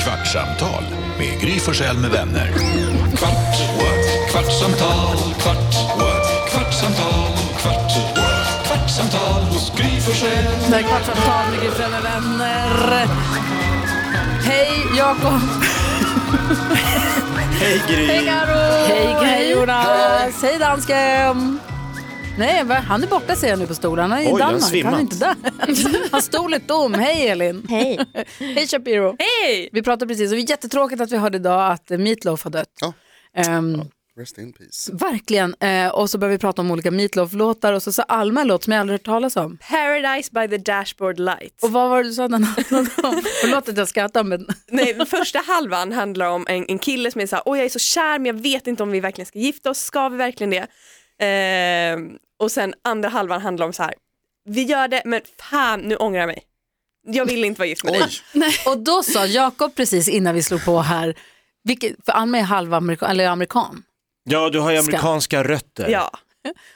Kvartsamtal med Gry Forssell med vänner. Kvart, what? kvartsamtal, kvart, what? kvartsamtal, kvart, what? kvartsamtal hos Gry Forssell. Det här är Kvartsamtal med Gry Forssell med vänner. Hej Jakob! Hej Gry! Hej Garo! Hej, hej Jonas! Hej dansken! Nej, va? han är borta ser jag nu på stolen. Han är i Oj, jag har Danmark. Han är svimmat. inte där. Hans stol är tom. Hej Elin! Hej. Hej Shapiro! Hej! Vi pratade precis och det är jättetråkigt att vi hörde idag att eh, Meatloaf har dött. Ja. Ehm, Rest in peace. Verkligen. Eh, och så började vi prata om olika Meatloaf-låtar och så sa Alma en låt som jag aldrig hört talas om. Paradise by the dashboard lights. Och vad var det du sa den handlade om? Förlåt att jag skrattar men Nej, den första halvan handlar om en, en kille som är såhär, åh jag är så kär men jag vet inte om vi verkligen ska gifta oss, ska vi verkligen det? Ehm, och sen andra halvan handlar om så här. vi gör det men fan nu ångrar jag mig. Jag vill inte vara gift med dig. Oj, Och då sa Jakob precis innan vi slog på här, vilket, för Alma är halvamerikan, eller amerikan. Ja, du har ju amerikanska rötter. Ja,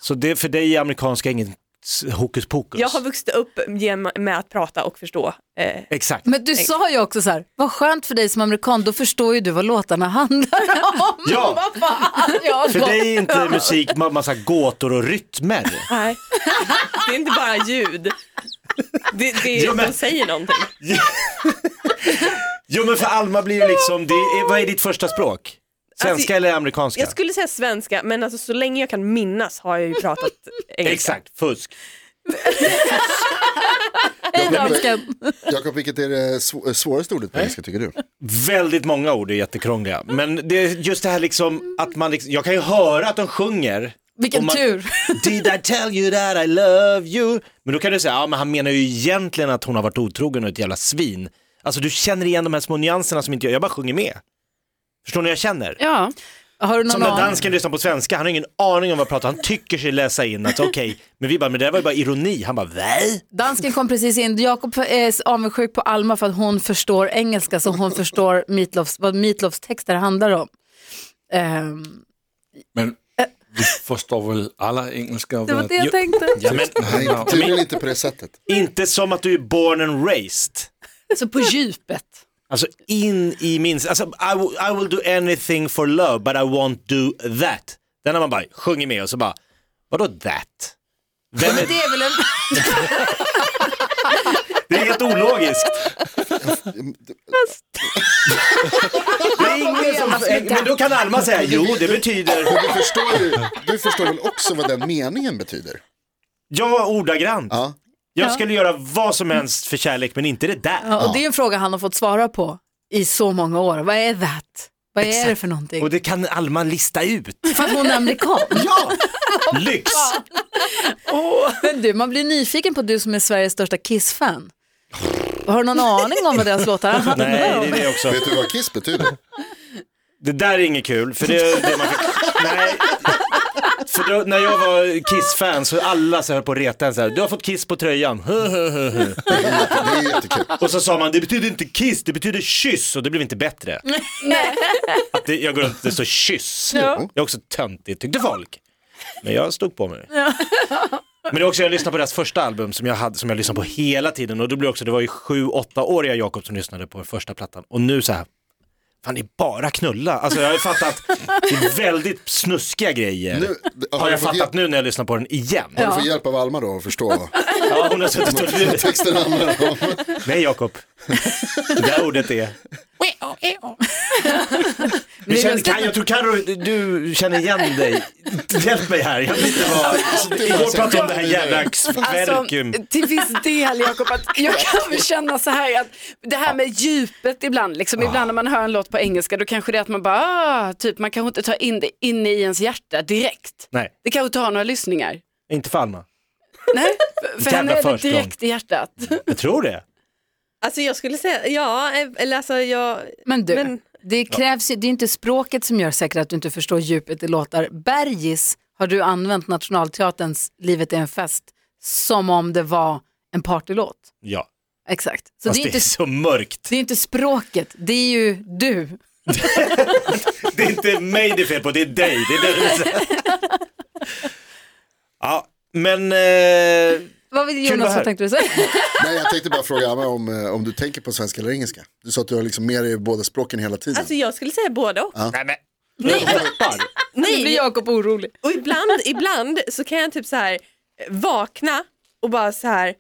Så det, för dig är amerikanska ingen s- hokus pokus. jag har vuxit upp genom- med att prata och förstå. Eh, Exakt. Men du sa ju också så här, vad skönt för dig som amerikan, då förstår ju du vad låtarna handlar om. Ja. Vad fan, Jakob. För dig är inte musik ma- massa gåtor och rytmer. nej. Det är inte bara ljud. Det, det, Ja, men- De säger någonting. Jo men för Alma blir ju liksom, det är, vad är ditt första språk? Svenska Alltså, eller amerikanska? Jag skulle säga svenska, men alltså, så länge jag kan minnas har jag ju pratat engelska. Exakt, fusk. Hej dansken. Jakob, vilket är det sv- eh, svåraste ordet på engelska tycker du? Väldigt många ord är jättekrångliga. Men det är just det här liksom att man, liksom, jag kan ju höra att de sjunger. Vilken Och man, tur. Did I tell you that I love you? Men då kan du säga, ja men han menar ju egentligen att hon har varit otrogen och ett jävla svin. Alltså du känner igen de här små nyanserna som inte jag, jag bara sjunger med. Förstår ni hur jag känner? Ja. Har du Som någon när aning? dansken lyssnar på svenska, han har ingen aning om vad jag pratar, han tycker sig läsa in att okej, men vi bara, men det där var ju bara ironi, han bara, nej. Dansken kom precis in, Jakob är avundsjuk på Alma för att hon förstår engelska så hon förstår Meatloafs, vad Meatloafs texter handlar om. Ehm, Men vi förstår väl alla engelska? det var vad det jag tänkte. Ja, men Nej, tydligen inte på det sättet. inte som att du är born and raised. Så på djupet. Alltså in i min, alltså I, will- I will do anything for love but I won't do that. Den har man bara sjunger med och så bara, vadå that? Vem är, Det är väl en... det är helt ologiskt. Det är ingen som, men då kan Alma säga, jo det betyder, Men du förstår, ju, du förstår väl också vad den meningen betyder? ja ordagrant. Ja. Jag skulle göra vad som helst för kärlek men inte det där. Ja, och det är en fråga han har fått svara på i så många år. Vad är that? Vad är det för någonting? Och det kan Alma lista ut. För att hon är amerikan. Ja! Lyx! Men du, man blir nyfiken på du som är Sveriges största Kiss-fan. Har du någon aning om vad deras låtar handlar om? Nej, det är det också. Vet du vad kiss betyder? Det där är inget kul, för det är det man fick... Nej. För då, när jag var Kiss-fan så alla så höll på att reta en så här, du har fått Kiss på tröjan. Det är jättekul. Och så sa man, det betyder inte Kiss, det betyder kyss och det blev inte bättre. Att det, jag går runt och det står kyss. Det är också töntigt, tyckte folk. Men jag stod på mig. Men det är också, jag lyssnade på deras första album som jag, hade, som jag lyssnade på hela tiden och då blev också, det var ju sju, åttaåriga Jakob som lyssnade på den första plattan och nu så här, fan det är bara knulla. Alltså jag har ju fattat, det är väldigt snuskiga grejer. Nu- har jag fått fattat hjälp, nu när jag lyssnar på den igen. Har du fått hjälp av Alma då att förstå Ja, hon har suttit och vad texten handlar om? Nej Jakob, det där ordet är... Vi Det är känner, lustigt. kan, jag tror Carro, du känner igen dig. Hjälp mig här, jag vet inte vad... Igår pratade vi om det här jävla kverkum. Alltså, Alltså, till viss del Jakob, att jag kan väl känna så här att det här med djupet ibland, liksom, ibland när man hör en låt på engelska då kanske det är att man bara, ah, typ man kanske inte tar in det inne i ens hjärta direkt. Nej, Det kanske tar några lyssningar. inte för Alma. Nej, för- för Jävla henne är det försprång. direkt i hjärtat. Jag tror det. Alltså jag skulle säga, ja, eller alltså jag, Men du, Men- det krävs ju, det är inte språket som gör säkert att du inte förstår djupet i låtar. Bergis har du använt Nationalteaterns Livet är en fest som om det var en partylåt. Ja, Exakt. Så det fast är, inte, så mörkt. det är inte språket, det är ju du. Det är inte mig det är fel på, det är dig. Det är det du säger. ja, men... Eh, Vad var det att vara Jonas, här. vad tänkte du säga? Nej, jag tänkte bara fråga Anna om, eh, om du tänker på svenska eller engelska. Du sa att du har liksom med dig båda språken hela tiden. Alltså jag skulle säga både och. Nej men, jag hoppar. Nu blir Nej, Jakob orolig. och ibland, ibland så kan jag typ så här eh, vakna och bara så här.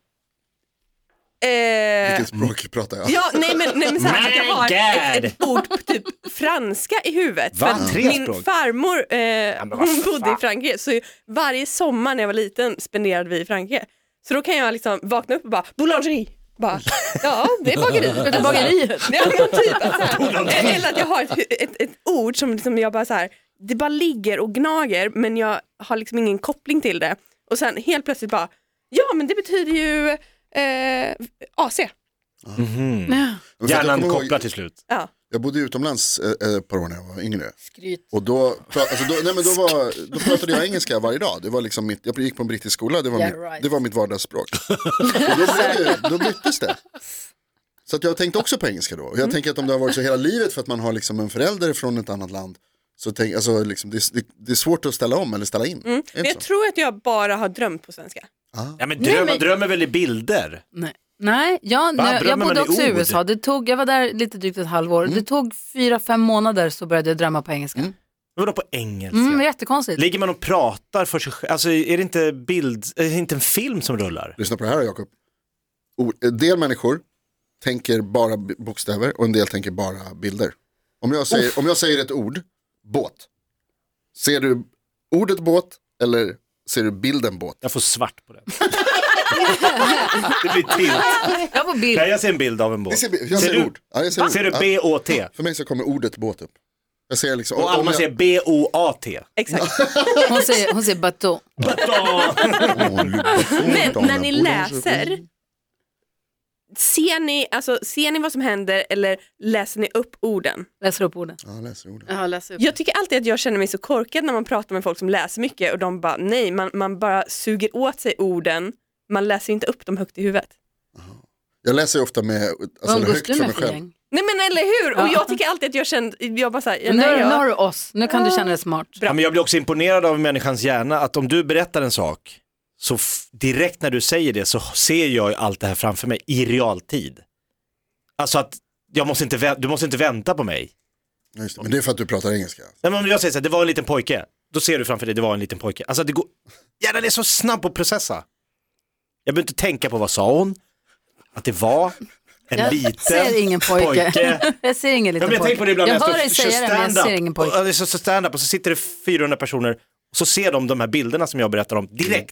Eh, Vilket språk pratar jag? ja, nej men, nej, men så här, att jag har ett, My ett ord typ franska i huvudet. Va? För att Tre min språk? farmor, eh, men vad hon fan. bodde i Frankrike så varje sommar när jag var liten spenderade vi i Frankrike. Så då kan jag liksom vakna upp och bara boulangerie. Bara, ja, det är bageri. Bageriet. Ja, men typ att så här, eller att jag har ett, ett, ett ord som liksom jag bara så här, det bara ligger och gnager men jag har liksom ingen koppling till det. Och sen helt plötsligt bara, ja men det betyder ju eh, AC. Men för att jag Hjärnan kommer ihåg- kopplar till slut. Ja. Jag bodde utomlands eh, eh, ett par år när jag var yngre. Skryt. Och då, pra- alltså då, nej men då, var, då pratade jag engelska varje dag. Det var liksom mitt, jag gick på en brittisk skola, det var, Yeah, mitt, right. det var mitt vardagsspråk. Och då, blev det, då byttes det. Så att jag tänkte också på engelska då. Och Mm. jag tänker att om det har varit så hela livet för att man har liksom en förälder från ett annat land. Så tänk, alltså liksom, det, är- det, det är svårt att ställa om eller ställa in. Mm. Är det Men jag så? tror att jag bara har drömt på svenska. Ja, men dröm, men- Man drömmer väl i bilder? Nej, Nej jag, Va? nej, jag Drömmer bodde man i också i ord? USA. Det tog, jag var där lite drygt ett halvår. Det tog fyra, fem månader så började jag drömma på engelska. Mm, Vadå på engelska? det var jättekonstigt. Ligger man och pratar för sig själv? Alltså är det inte, bild, är det inte en film som rullar? Lyssna på det här då, Jakob. O- En del människor tänker bara b- bokstäver och en del tänker bara bilder. Om jag säger, om jag säger ett ord, båt. Ser du ordet båt eller ser du bilden båt? Jag får svart på den. det blir tilt. Jag var bild. Nej, jag ser en bild av en båt. Jag ser, jag ser, du, ord. Ja, jag ser, ord. Ser du Ja, B-O-T? för mig så kommer ordet båt upp. Jag ser liksom, Och Alma jag, säger B-O-A-T. Exakt. Hon säger, hon säger bateau. Åh, nu- Men Daniel, när ni borde- läser, ser ni, alltså, ser ni vad som händer eller läser ni upp orden? Läser upp orden. Ja, jag läser orden. Ja, läs upp. Jag tycker alltid att jag känner mig så korkad när man pratar med folk som läser mycket och de bara nej, man, man bara suger åt sig orden, man läser inte upp dem högt i huvudet. Jag läser ofta med, Vad alltså, umgås högt du för mig med för själv. gäng? Nej men eller hur! Och Ja. jag tycker alltid att jag känner, jag bara såhär, Men Nu, nej nu har jag, du oss, nu kan du känna dig smart. Ja, men jag blir också imponerad av människans hjärna, att om du berättar en sak, så f- direkt när du säger det så ser jag ju allt det här framför mig i realtid. Alltså att jag måste inte vä- du måste inte vänta på mig. Ja, just det. Men det är för att du pratar engelska. Nej, men om jag säger så här, det var en liten pojke, då ser du framför dig, det var en liten pojke. Alltså det går, hjärnan är så snabb på att processa. Jag behöver inte tänka på vad sa hon, att det var en Jag liten ser ingen pojke. Jag ser ingen Ja, liten men jag tänker på det ibland när jag hör dig jag står och säga det, men jag ser ingen Och, pojke. ja, det är så, så stand-up och så sitter det 400 personer och så ser de de här bilderna som jag berättar om direkt. Mm.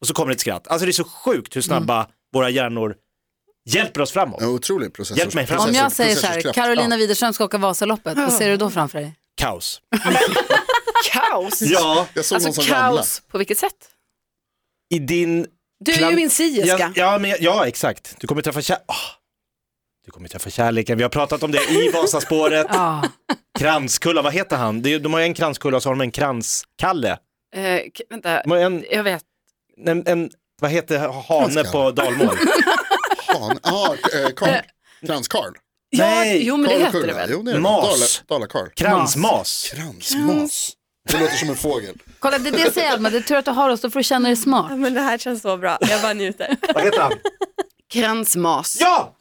Och så kommer det ett skratt. Alltså det är så sjukt hur snabba våra hjärnor hjälper oss framåt. En otrolig process. Hjälp mig fram. Om jag processors- säger så här, processorskraft. Carolina Widerström ska åka Vasaloppet, vad ser du då framför dig? Kaos. Kaos. Ja, Jag såg någon Alltså som ramlade. kaos, på vilket sätt? i din... Du är ju min sieska. Ja, ja, men, ja exakt. Du kommer träffa kär... Ah. Du kommer träffa kärleken. Vi har pratat om det i Vasaspåret. Ja, Kranskulla, vad heter han? Det är- De har ju en kranskulla och så har de en kranskalle. Eh, k- vänta, De har en, jag vet. en, en, vad heter hane Kranskalle. på dalmål? Fan, ah, eh, Karl. Transkarl. Ja, Nej. jo men det Karl och heter det Kurre. väl? Jo, det är det. Mas. Dala- Dalakarl. Kransmas. Kransmas. Det låter som en fågel. kolla det, det säger Alma, det är tur att du har oss, då får du känna dig smart. Ja, men det här känns så bra, jag bara njuter. Vad heter han? Kransmas. Ja!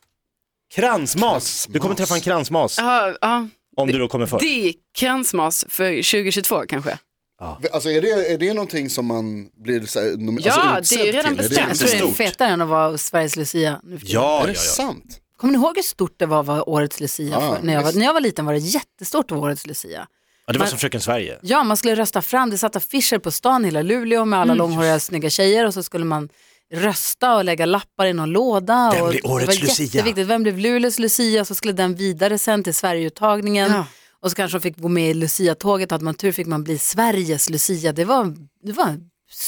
Kransmas. Du kommer träffa en kransmas Ja, ja. om du då kommer för. Det är kransmas för 2022 kanske. Alltså är det, är det någonting som man blir så här, nom- Ja, alltså, det utsedd är ju redan till? Är det liksom bestämt. Jag tror det är Jättestort. fetare än att vara Sveriges Lucia. Nu för tiden. Ja, Är ja, det ja. sant? Kommer ni ihåg hur stort det var att vara årets Lucia? Ja, för, när, jag var, visst. när jag var liten var det jättestort att vara årets Lucia. ja det var som Fröken Sverige. Ja, man skulle rösta fram, det satt affischer på stan i hela Luleå med alla Mm. långhåriga snygga tjejer och så skulle man rösta och lägga lappar i någon låda. Vem och blir årets det var Lucia? jätteviktigt. Vem blev Luleås Lucia? Och så skulle den vidare sen till Sverigeuttagningen. Ja. Och så kanske de fick gå med i Lucia-tåget och hade man tur fick man bli Sveriges Lucia. Det var, det var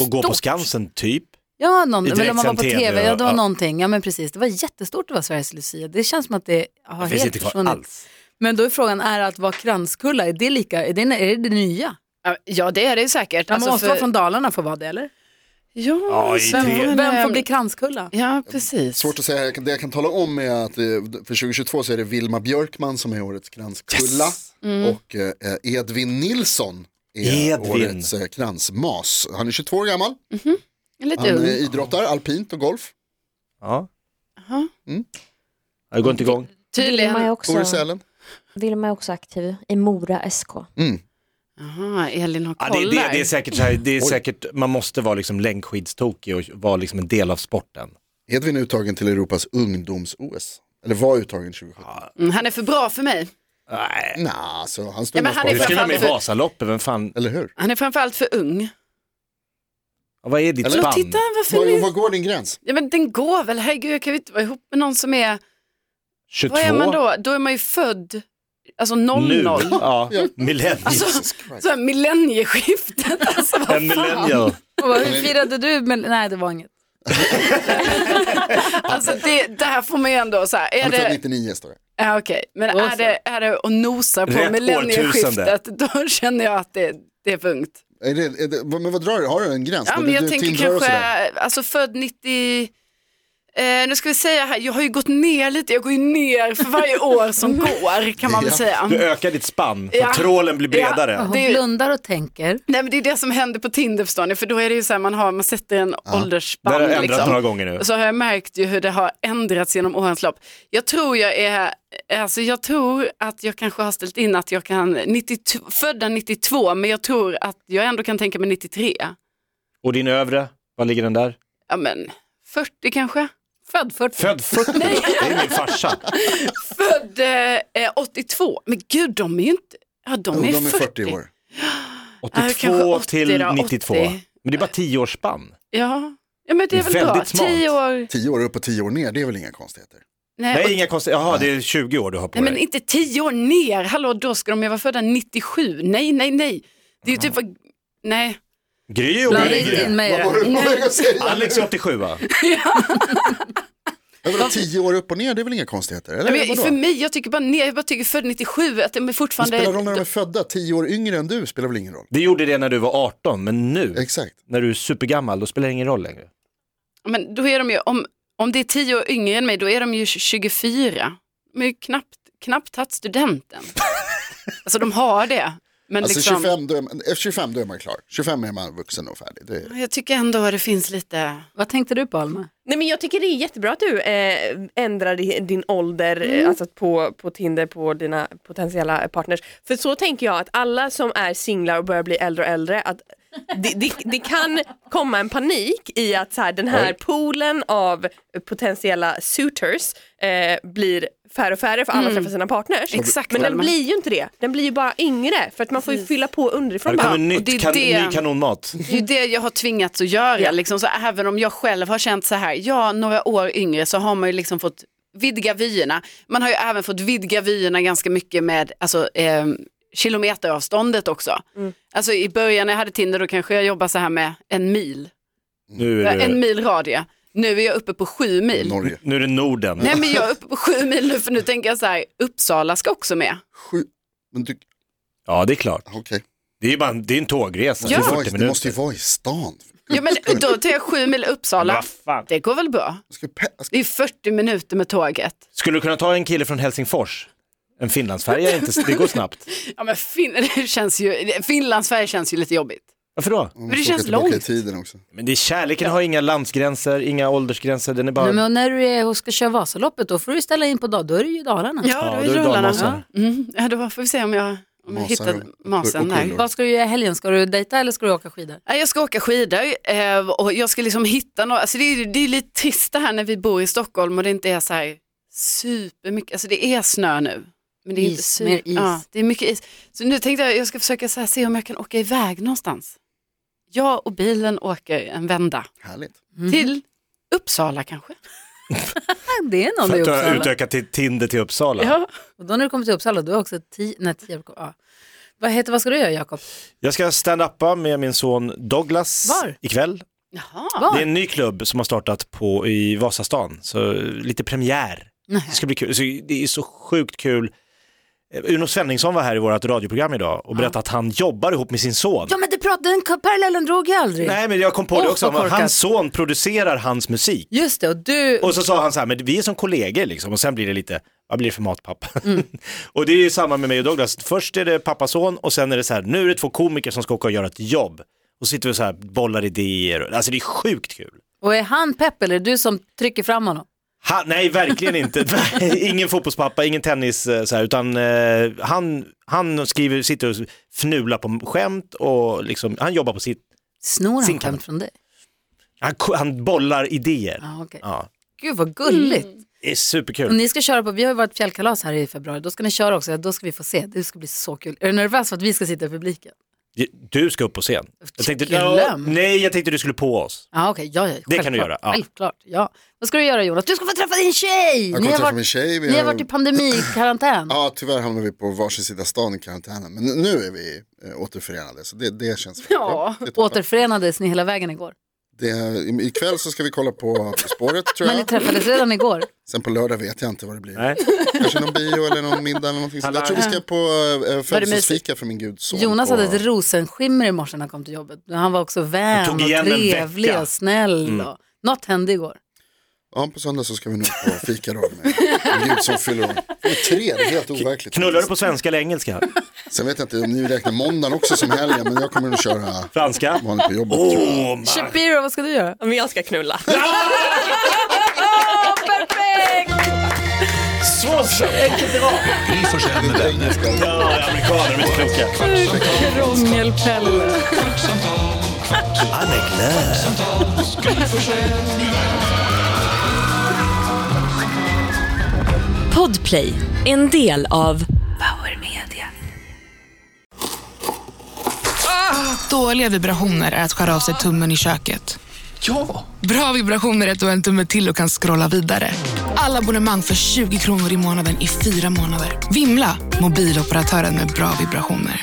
Och gå på stort. Skansen, typ. Ja, någon, I eller om man var på direktsänd tv, TV, ja, det var ja. någonting. Ja, men precis. Det var jättestort att vara Sveriges Lucia. Det känns som att det har Det finns helt inte kvar försvunnit. alls. Men då är frågan, är att vara kranskulla, är det, lika, är det, är det, det nya? Ja, Ja, det är det ju säkert. Alltså Man Alltså måste för- vara från Dalarna för att vara det, eller? Ja, Ja, i Sven, tre. men- Vem får bli kranskulla? Ja, precis. Svårt att säga, Jag kan- det jag kan tala om är att eh, för 2022 så är det Vilma Björkman som är årets kranskulla Mm. och eh, Edvin Nilsson är Edvin. årets eh, kransmas. Han är 22 år gammal Lite Han eh, ung. idrottar alpint och golf. Ja. Jaha. Mm. Jag går inte igång. Tydligen. Vilma är Bor också, i Sälen. Vilma är också aktiv i Mora SK. Mm. Jaha, Elin har Ja, det, det, kollar. det är säkert så här, det är säkert, man måste vara liksom längdskidstokig och vara liksom en del av sporten. Edvin är uttagen till Europas ungdoms-OS. Eller var uttagen 2017. Mm, Han är för bra för mig. Nej. Nja, alltså han Ja, stod men mest han är Du bakom. för- ska vara med i Framför- Vasaloppet, vem fan, Eller hur? Han är framförallt för Mm. ung. vad är ditt Eller- Men spann? titta, varför Var, ni... var går din gräns? Ja, men den går väl, herregud, jag kan ju inte vara ihop med någon som är... 22? Vad är man då? Då är man ju född, alltså Nu? 00. Ja, Ja. millennium. Alltså, så här, millennieskiftet, alltså vad en fan. millennial. Och bara, hur firade du? Men, nej, det var inget. Alltså det, det här får man ju ändå så här, är Han är född det, 99 står det. ja, okej, men Åh, är det, är det och nosar på Rätt millennieskiftet, då känner jag att det, det är för ungt. Är det, är det, vad- men vad drar du? Har du en gräns? Ja, Vad men du- jag du tänker tillhör och kanske, sådär? alltså född 90, eh, nu ska vi säga här, jag har ju gått ner lite, jag går ju ner för varje år som går kan man väl Ja. säga. Du ökar ditt spann, Ja. trålen blir bredare. Hon Det är- blundar och tänker. Nej men det är det som händer på Tinder förstår ni, för då är det ju så här man, har, man sätter en Det åldersspann. har jag ändrat liksom. några gånger nu. Och så har jag märkt ju hur det har ändrats genom årens lopp. Jag tror jag är, alltså jag tror att jag kanske har ställt in att jag kan, 92, födda 92, men jag tror att jag ändå kan tänka mig 93. Och din övre, vad ligger den där? Ja men 40 kanske. Född 40. Född 40, det är min farsa. Född eh, 82, men gud de är ju inte, ja de, Jo, är, de är 40 år. Ja, kanske 82 80 till då, 92. 80. Men det är bara 10 års spann. Ja. ja men det är väl Det är bra, väldigt smart. 10 år. 10 år upp och 10 år ner, det är väl inga konstigheter? Nej, och- Nej, inga konstiga, jaha det är 20 år du har på Nej men dig. inte tio år ner, hallå då ska de ju vara födda 97, nej nej nej. Det är ju typ vad, nej. Gry är Blanda yngre. inte in mig i det Vad här. var det- vad var det jag säger? Alex är 87 va? Ja, vadå, 10 år upp och ner, det är väl inga konstigheter? Eller? Men jag, Vadå? för mig, jag tycker bara ner, jag bara tycker född 97, att de är Det fortfarande... spelar roll när de är födda, 10 år yngre än du spelar väl ingen roll? Det gjorde det när du var 18, men Mm. nu Exakt. när du är supergammal, då spelar det ingen roll längre. Men då är de ju, om, om det är tio år yngre än mig, då är de ju 24. De har ju knappt, knappt tagit studenten. alltså de har det, men Alltså liksom... 25, då är man, efter 25 då är man klar, 25 är man vuxen och färdig. Det är, Jag tycker ändå att det finns lite... Vad tänkte du på Alma? Nej men jag tycker det är jättebra att du eh, ändrar din, din ålder Mm. eh, alltså på, på Tinder på dina potentiella partners. För så tänker jag att alla som är singlar och börjar bli äldre och äldre, att det, det, det kan komma en panik i att så här, den här poolen av potentiella suitors eh, blir färre och färre för alla träffar sina partners. Mm. Exakt, Men den Alma. blir ju inte det, den blir ju bara yngre för att man får ju fylla på Har underifrån. det bara. kommit och det är nytt kan, det- ny kanonmat? Det är ju det jag har tvingats att göra, liksom. så även om jag själv har känt så här, ja, några år yngre så har man ju liksom fått vidga vyerna. Man har ju även fått vidga vyerna ganska mycket med alltså, eh, kilometeravståndet också. Alltså i början när jag hade Tinder då kanske jag jobbade så här med en mil, Nu är en det, mil radie. Nu är jag uppe på sju mil. Norge. nu är det Norden. Nej men jag är uppe på sju mil nu för nu tänker jag så här, Uppsala ska också med. Sju, men du, Ja, det är klart. okej. Det är ju bara en, det är en tågresa. Ja. Det Det är var- 40 Det måste minuter. ju vara i stan. Ja men då tar jag sju mil Uppsala. Det går väl bra? Jag ska pe- jag ska- Det är 40 minuter med tåget. Skulle du kunna ta en kille från Helsingfors? En finlandsfärja, är inte, det går snabbt. Ja, men fin- det känns ju, Finland, Sverige känns ju lite jobbigt. Varför då? Man det måste känns Mm, åka tillbaka långt. i tiden också. Men det är kärleken har inga landsgränser, inga åldersgränser, den är bara... Nej, men när du är och ska köra Vasaloppet då får du ställa in på dag, då är det ju Dalarna. Ja, då är det dalmasar. Mm, ja, då får vi se om jag, om jag Masar hittar och- masen och där. kullor. Vad ska du göra i helgen? Ska du dejta eller ska du åka skidor? Nej, Jag ska åka skidor eh, och jag ska liksom hitta något, alltså det är, det är lite trist det här när vi bor i Stockholm och det inte är så här supermycket, alltså det är snö nu. Men det är Is, inte super- mer is. Ja, det är mycket is. Så nu tänkte jag jag ska försöka så här, se om jag kan åka iväg någonstans. Jag och bilen åker en vända Härligt. till Uppsala kanske. Det är någon För i att du har Uppsala. utökat till Tinder till Uppsala. Och då när du kommer till Uppsala, då är också tio, nej tio, ja. Vad heter, vad ska du göra Jakob? Jag ska stand-uppa med min son Douglas Var? ikväll. Jaha. Det är Var? en ny klubb som har startat på, i Vasastan, så lite premiär. Det ska bli kul. Så det är så sjukt kul. Eh, Uno Svenningsson var här i vårt radioprogram idag och berättade att han jobbar ihop med sin son. Ja men det pratade, den k- parallellen drog jag aldrig. Nej men jag kom på det Åh, också, vad korkat. hans son producerar hans musik. Just det, och du, Och så sa han så här, men vi är som kollegor liksom, och sen blir det lite, vad blir det för matpappa? Mm. och det är ju samma med mig och Douglas, först är det pappa-son och sen är det så här, nu är det två komiker som ska åka och göra ett jobb. Och sitter vi och så här, bollar idéer. och- Alltså det är sjukt kul. Och är han pepp eller är det du som trycker fram honom? Ha, nej, verkligen inte. ingen fotbollspappa, ingen tennis eh, så här, utan eh, han, han skriver, sitter och fnular på skämt och liksom, han jobbar på sitt, Snor han Sin skämt från dig? han, ko- han bollar idéer. Ah, okay. Ja, Gud vad gulligt. det är superkul. Och ni ska köra på, vi har ju varit fjällkalas här i februari, då ska ni köra också, då ska vi få se, det ska bli så kul. Är du nervös för att vi ska sitta i publiken? Du ska upp på scen. Jag tänkte, Glöm. nej, jag tänkte du skulle på oss. Ja okej, ja, ja, Det kan självklart. du göra, ja. Självklart, ja. Vad ska du göra Jonas? Du ska få träffa din tjej! Jag Ni kommer har, träffa min varit, tjej. Vi ni har varit i pandemikarantän. Ja, tyvärr hamnar vi på varsin sida stan i karantänen. Men nu är vi eh, återförenade, så det, det känns väldigt bra. Det är toppen. Återförenades ni hela vägen igår? Det är- i- Ikväll så ska vi kolla på På spåret, tror Men ni jag. träffades redan igår? Sen på lördag vet jag inte vad det blir. Nej. Kanske någon bio eller någon middag eller någonting. sånt. Jag tror vi ska på äh, födelsedagsfika för min gudson. Jonas hade på- ett rosenskimmer i morse när han kom till jobbet. Men Han var också vän Han och tog igen en trevlig vecka. Mm. och snäll. Och, något hände igår. Ja, på söndag så ska vi nog på fika då med min gudson fyller år. Det är tre, det är helt overkligt. Knullar du på svenska eller engelska? Sen vet jag inte om ni räknar måndagen också som helgen, men jag kommer nog köra Franska? vanligt på jobbet. tror jag. Åh, man. Shapiro, vad ska du göra? Men jag ska knulla. Så så enkelt det var. Gry Forssell med vänner. Ja, amerikaner, de är inte kloka. Krångelpelle. Kvartsamtal, kvart, Han är glad. kvartsamtal hos Gry Forssell med vänner. Podplay, en del av Power Media. Dåliga vibrationer är att skära av sig tummen i köket. Ja! Bra vibrationer är att du har en tumme till och kan scrolla vidare. Alla abonnemang för 20 kronor i månaden i fyra månader. Vimla! Mobiloperatören med bra vibrationer.